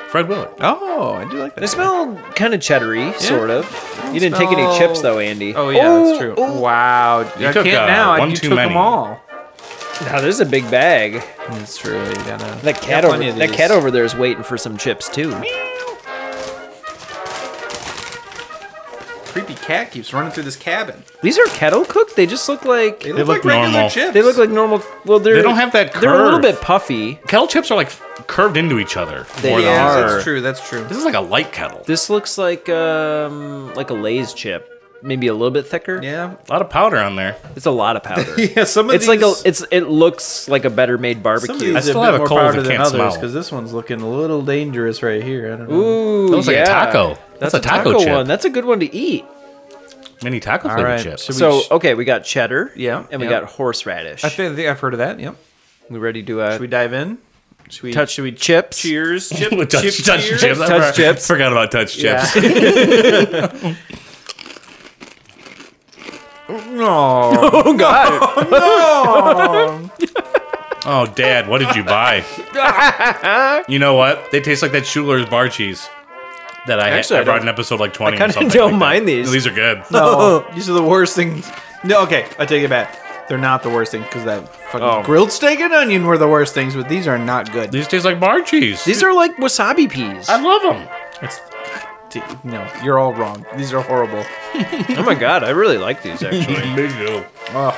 Speaker 1: Fred Willard.
Speaker 3: Oh, I do like that.
Speaker 4: They smell kind of cheddary, sort of. You didn't take any
Speaker 3: smell-
Speaker 4: chips though, Andy.
Speaker 3: Oh yeah, that's true. Wow, I
Speaker 1: took,
Speaker 3: can't
Speaker 1: uh,
Speaker 3: now. I-
Speaker 1: one
Speaker 3: you
Speaker 1: too
Speaker 3: took
Speaker 1: many.
Speaker 3: them all.
Speaker 4: Now there's a big bag.
Speaker 3: That's true. You gotta.
Speaker 4: That cat over
Speaker 3: Yeah, plenty of
Speaker 4: that
Speaker 3: these.
Speaker 4: cat over there is waiting for some chips too.
Speaker 3: Creepy cat keeps running through this cabin.
Speaker 4: These are kettle cooked. They just look like they,
Speaker 1: look normal.
Speaker 3: chips.
Speaker 4: look like normal. Well, they're,
Speaker 1: They don't have that
Speaker 4: They're a little
Speaker 1: curve.
Speaker 4: bit puffy.
Speaker 1: Kettle chips are like curved into each other.
Speaker 4: They
Speaker 1: more than
Speaker 3: yeah,
Speaker 1: ours.
Speaker 3: that's true. That's true.
Speaker 1: This is like a light kettle.
Speaker 4: This looks like um like a Lay's chip, maybe a little bit thicker.
Speaker 3: Yeah.
Speaker 1: A lot of powder on there.
Speaker 4: It's a lot of powder.
Speaker 3: Yeah. Some of
Speaker 4: It's like a it's it looks like a better made barbecue.
Speaker 1: I
Speaker 3: I
Speaker 1: still
Speaker 3: still a
Speaker 1: have a
Speaker 3: bit more
Speaker 1: cold
Speaker 3: powder
Speaker 1: that
Speaker 3: than
Speaker 1: can't
Speaker 3: others
Speaker 1: smell.
Speaker 3: because this one's looking a little dangerous right here. I don't know.
Speaker 4: Ooh,
Speaker 1: It looks like
Speaker 4: yeah.
Speaker 1: a taco. That's, a taco, chip.
Speaker 4: one. That's a good one to eat.
Speaker 1: Mini taco
Speaker 3: All
Speaker 1: flavored
Speaker 3: right,
Speaker 1: chips.
Speaker 3: should we-
Speaker 4: So
Speaker 3: sh-
Speaker 4: okay, we got cheddar.
Speaker 3: Yeah,
Speaker 4: and we
Speaker 3: yeah.
Speaker 4: got horseradish.
Speaker 3: I think I think I've heard of that. Yep.
Speaker 4: we ready to uh,
Speaker 3: Should we dive in? Should we
Speaker 4: touch? Should we chips?
Speaker 3: Cheers. Chip,
Speaker 1: With touch,
Speaker 3: chip
Speaker 1: touch
Speaker 3: cheers?
Speaker 1: chips. I
Speaker 4: Touch
Speaker 1: for-
Speaker 4: chips.
Speaker 1: Forgot about touch
Speaker 3: Yeah.
Speaker 1: chips.
Speaker 3: No.
Speaker 4: Oh God!
Speaker 1: Oh, Dad, what did you buy? you know what? They taste like that Schuler's bar cheese that I,
Speaker 4: Actually,
Speaker 1: I
Speaker 4: I
Speaker 1: brought
Speaker 4: don't-
Speaker 1: in episode like 20
Speaker 4: I kinda
Speaker 1: or something.
Speaker 4: don't
Speaker 1: like that.
Speaker 4: mind these.
Speaker 1: These are good.
Speaker 3: no. These are the worst things. No. Okay. I take it back. They're not the worst things because that fucking
Speaker 4: Oh.
Speaker 3: grilled steak and onion were the worst things, but these are not good.
Speaker 1: These taste like bar cheese.
Speaker 4: These are like wasabi peas.
Speaker 1: I love them.
Speaker 3: Dude, no, you're all wrong. These are horrible.
Speaker 4: oh my God! I really like these actually.
Speaker 3: Ugh.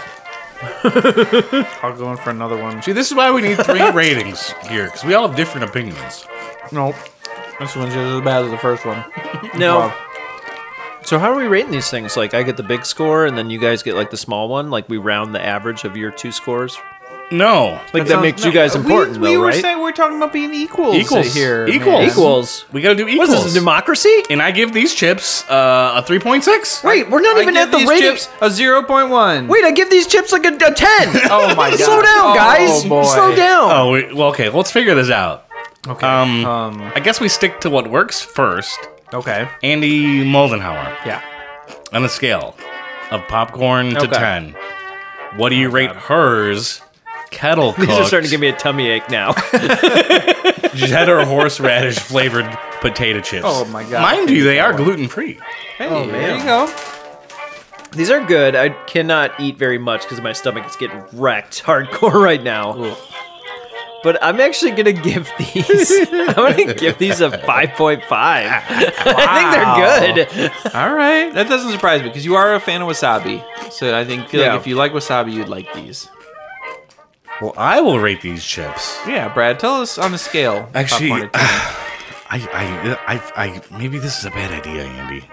Speaker 3: I'll go in for another one.
Speaker 1: See, this is why we need three ratings here because we all have different opinions.
Speaker 3: Nope. This one's just as bad as the first one.
Speaker 4: now,
Speaker 3: Wow.
Speaker 4: so how are we rating these things? Like, I get the big score, and then you guys get like the small one. Like, we round the average of your two scores.
Speaker 1: No,
Speaker 4: Like, that,
Speaker 3: sounds-
Speaker 4: makes
Speaker 3: no,
Speaker 4: you guys important,
Speaker 3: we, we
Speaker 4: though,
Speaker 3: were
Speaker 4: right?
Speaker 3: Saying, we're talking about being equals.
Speaker 1: Equals.
Speaker 3: here.
Speaker 1: Equals.
Speaker 3: man.
Speaker 4: equals.
Speaker 1: we got to do
Speaker 4: What
Speaker 1: equals.
Speaker 4: is this democracy?
Speaker 1: and I give these chips uh, a three point six.
Speaker 4: Wait, we're not
Speaker 3: I
Speaker 4: even
Speaker 3: give
Speaker 4: at the
Speaker 3: these
Speaker 4: rating.
Speaker 3: chips a zero point one.
Speaker 4: Wait, I give these chips like a, a ten.
Speaker 3: Oh my god.
Speaker 4: Slow down,
Speaker 3: Oh,
Speaker 4: guys.
Speaker 3: boy.
Speaker 4: Slow down.
Speaker 1: Oh, we, well, okay. Let's figure this out.
Speaker 3: Okay.
Speaker 1: Um,
Speaker 4: Uh-huh.
Speaker 3: um.
Speaker 1: I guess we stick to what works first.
Speaker 3: Okay.
Speaker 1: Andy Moldenhauer.
Speaker 3: Yeah.
Speaker 1: on a scale of popcorn to
Speaker 3: Okay.
Speaker 1: 10 what do you rate hers kettle cooked
Speaker 4: These are starting to give me a tummy ache now.
Speaker 1: cheddar horseradish flavored potato chips
Speaker 3: Oh my God. Oh,
Speaker 1: mind you they are gluten free
Speaker 3: Hey, there you go.
Speaker 4: These are good. I cannot eat very much because my stomach is getting wrecked hardcore right now. But I'm actually gonna give these. I'm gonna give these a 5.5. I think they're good.
Speaker 3: All right, that doesn't surprise me because you are a fan of wasabi. So I think feel
Speaker 4: Yeah.
Speaker 3: like if you like wasabi, you'd like these.
Speaker 1: Well, I will rate these chips.
Speaker 3: Yeah, Brad, tell us on a scale.
Speaker 1: Actually,
Speaker 3: popcorn to
Speaker 1: I, I, I, I, maybe this is a bad idea, Andy.
Speaker 3: ten.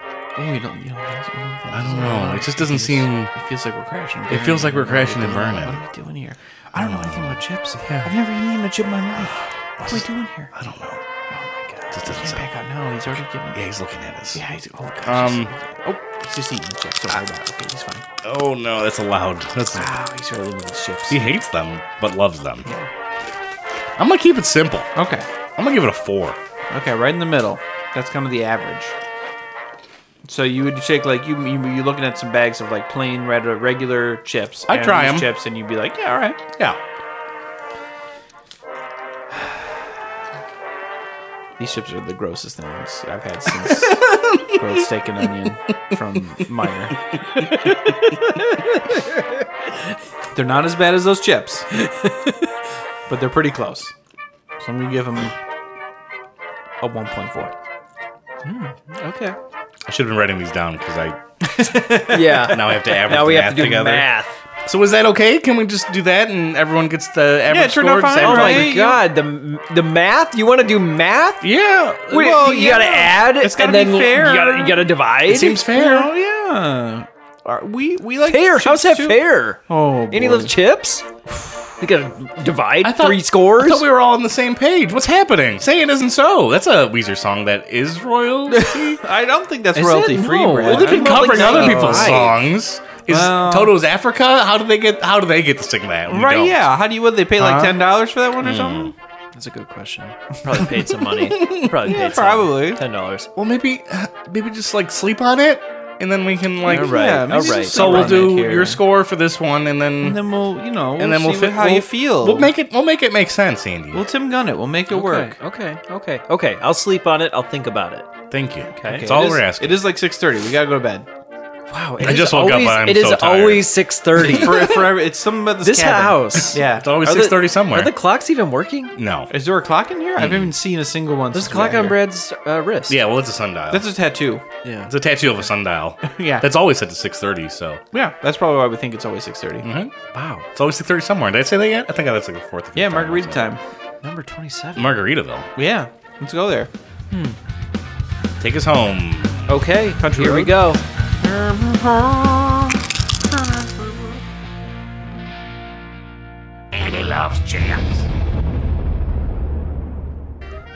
Speaker 3: Ooh, you don't, you don't, you don't
Speaker 1: I don't know. It just doesn't seem.
Speaker 3: It feels like we're crashing. and
Speaker 1: It feels like we're crashing and
Speaker 3: burning.
Speaker 1: burning.
Speaker 3: What are we doing here? I don't know anything about chips. I've never even eaten a chip in my life. What are we doing here?
Speaker 1: I don't know.
Speaker 3: Oh my god.
Speaker 1: This
Speaker 3: He
Speaker 1: doesn't
Speaker 3: can't
Speaker 1: sound-
Speaker 3: back out now. He's already given.
Speaker 1: Yeah, he's looking at us.
Speaker 3: Yeah, he's. Oh gosh.
Speaker 1: Um,
Speaker 3: he's- oh, he's just eating chips. Don't worry about it. Okay, he's fine.
Speaker 1: Oh no, that's allowed. That's
Speaker 3: Wow, he's really into these chips.
Speaker 1: he hates them but loves them. I'm gonna keep it simple.
Speaker 3: Okay.
Speaker 1: I'm gonna give it a four.
Speaker 3: Okay, right in the middle. That's kind of the average. So you would take like you you you looking at some bags of like plain red regular chips.
Speaker 1: I'd
Speaker 3: and
Speaker 1: try
Speaker 3: these
Speaker 1: 'em.
Speaker 3: chips, and you'd be like, yeah, all right.
Speaker 1: Yeah.
Speaker 3: These chips are the grossest things I've had since grilled steak and onion from Meyer. they're not as bad as those chips, but they're pretty close. So I'm gonna give them a 1.4. Hmm, okay.
Speaker 1: I should have been writing these down because I
Speaker 4: Yeah.
Speaker 1: now I have to average
Speaker 4: now we
Speaker 1: math
Speaker 4: have to do
Speaker 1: together.
Speaker 4: math.
Speaker 1: So is that okay? Can we just do that and everyone gets the average
Speaker 3: it turned
Speaker 1: score?
Speaker 3: out
Speaker 1: Does
Speaker 3: fine,
Speaker 1: everyone-
Speaker 4: Oh
Speaker 3: Right,
Speaker 4: my
Speaker 3: you-
Speaker 4: god, the the math? You want to do math?
Speaker 1: Yeah.
Speaker 4: Wait,
Speaker 1: well,
Speaker 4: you gotta
Speaker 1: yeah.
Speaker 4: add
Speaker 3: It's gotta
Speaker 4: and then
Speaker 3: be fair.
Speaker 4: You, gotta, you gotta divide.
Speaker 1: It seems fair.
Speaker 3: Oh yeah. Are- we we like
Speaker 4: fair.
Speaker 3: chips
Speaker 4: How's that
Speaker 3: too.
Speaker 4: fair?
Speaker 3: Oh,
Speaker 4: Any
Speaker 3: boy.
Speaker 4: little chips? You gotta divide
Speaker 1: I thought-
Speaker 4: three scores.
Speaker 1: I thought we were all on the same page. What's happening? Say it isn't so. That's a Weezer song that is royalty.
Speaker 3: I don't think that's
Speaker 4: Is it?
Speaker 3: royalty free,
Speaker 4: No.
Speaker 3: Brad.
Speaker 4: Well,
Speaker 1: They've been
Speaker 4: Well,
Speaker 1: covering
Speaker 4: like
Speaker 1: other
Speaker 4: ninety
Speaker 1: people's
Speaker 4: five.
Speaker 1: songs. Is
Speaker 3: Well-
Speaker 1: Toto's Africa? How do they get? How do they get to sing that? We
Speaker 3: Right?
Speaker 1: don't.
Speaker 3: Yeah. How do you? Hmm. What they pay like
Speaker 1: Huh?
Speaker 3: ten dollars for that one or something? That's a good question.
Speaker 4: probably paid some money. Probably paid some.
Speaker 3: probably.
Speaker 4: ten dollars.
Speaker 1: Well, maybe, maybe just like sleep on it, and then we can like.
Speaker 4: All right.
Speaker 3: yeah, maybe
Speaker 4: all
Speaker 3: just
Speaker 4: right.
Speaker 1: So
Speaker 3: Sleep
Speaker 1: we'll
Speaker 3: on
Speaker 1: do
Speaker 3: it here.
Speaker 1: your score for this one, and then
Speaker 3: And
Speaker 1: and then,
Speaker 3: then we'll, you know, and
Speaker 1: we'll
Speaker 3: we'll, see
Speaker 1: fit-
Speaker 3: how
Speaker 1: we'll-
Speaker 3: you feel.
Speaker 1: We'll make it. We'll make it make sense, Andy.
Speaker 3: We'll Tim Gun it. We'll make it work.
Speaker 4: Okay. Okay. Okay. I'll sleep on it. I'll think about it.
Speaker 1: Thank you.
Speaker 4: Okay.
Speaker 1: That's all
Speaker 3: It is-
Speaker 1: we're asking.
Speaker 3: It is like six thirty. We gotta go to bed.
Speaker 4: Wow. it
Speaker 1: I
Speaker 4: is
Speaker 1: just woke up,
Speaker 4: always-
Speaker 1: but I'm
Speaker 4: It is
Speaker 1: so tired.
Speaker 4: always six thirty.
Speaker 3: For, forever. It's something about this,
Speaker 4: this
Speaker 3: cabin.
Speaker 4: house.
Speaker 3: Yeah.
Speaker 1: It's always
Speaker 4: Are the-
Speaker 1: six thirty somewhere.
Speaker 4: Are the clocks even working?
Speaker 1: no.
Speaker 3: Is there a clock in here? I haven't even seen a single one.
Speaker 4: Hmm. There's a
Speaker 3: since we got
Speaker 4: clock on
Speaker 3: here.
Speaker 4: Brad's uh, wrist.
Speaker 1: Yeah. Well, it's a sundial.
Speaker 3: That's a tattoo.
Speaker 4: Yeah.
Speaker 1: it's a tattoo of a sundial.
Speaker 3: Yeah.
Speaker 1: That's always set to six thirty. So.
Speaker 3: Yeah. That's probably why we think it's always six thirty.
Speaker 4: Hmm.
Speaker 1: Mhm.
Speaker 4: Wow.
Speaker 1: It's always six thirty somewhere. Did I say that yet? I think that's like the fourth. or fifth
Speaker 3: Mm-hmm. Yeah,
Speaker 1: time
Speaker 3: margarita
Speaker 1: I've said
Speaker 3: time.
Speaker 4: Number twenty-seven.
Speaker 1: it. Margaritaville.
Speaker 3: Yeah. Let's go there.
Speaker 1: Take us home.
Speaker 4: Okay.
Speaker 3: Country
Speaker 4: here we go.
Speaker 3: road.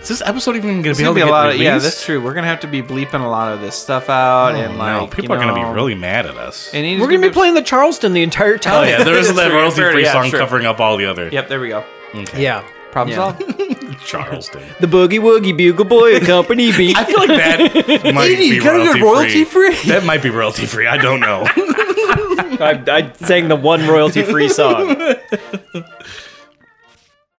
Speaker 1: Is this episode even going to
Speaker 3: It's
Speaker 1: be
Speaker 3: gonna
Speaker 1: able
Speaker 3: be
Speaker 1: to
Speaker 3: a
Speaker 1: get
Speaker 3: lot of
Speaker 1: released?
Speaker 3: yeah, that's true. We're gonna have to be bleeping a lot of this stuff out
Speaker 1: No,
Speaker 3: and like
Speaker 1: people
Speaker 3: you
Speaker 1: are going to
Speaker 3: know,
Speaker 1: be really mad at us.
Speaker 3: and he's
Speaker 4: Oh, We're gonna be
Speaker 3: a-
Speaker 4: playing the Charleston the entire
Speaker 1: oh
Speaker 4: time.
Speaker 1: yeah, there is
Speaker 3: That's
Speaker 1: that
Speaker 3: true,
Speaker 1: royalty free
Speaker 3: yeah,
Speaker 1: song
Speaker 3: sure.
Speaker 1: covering up all the other
Speaker 3: Yep, there we go.
Speaker 4: Yeah.
Speaker 3: Problem
Speaker 4: Yeah.
Speaker 3: solved.
Speaker 1: Charleston.
Speaker 4: The Boogie Woogie Bugle Boy Company beat.
Speaker 1: I feel like that might
Speaker 4: Andy,
Speaker 1: be
Speaker 4: you gotta
Speaker 1: royalty,
Speaker 4: go royalty-free?
Speaker 1: free. That might be royalty free. I don't know.
Speaker 4: I, I sang the one royalty free song.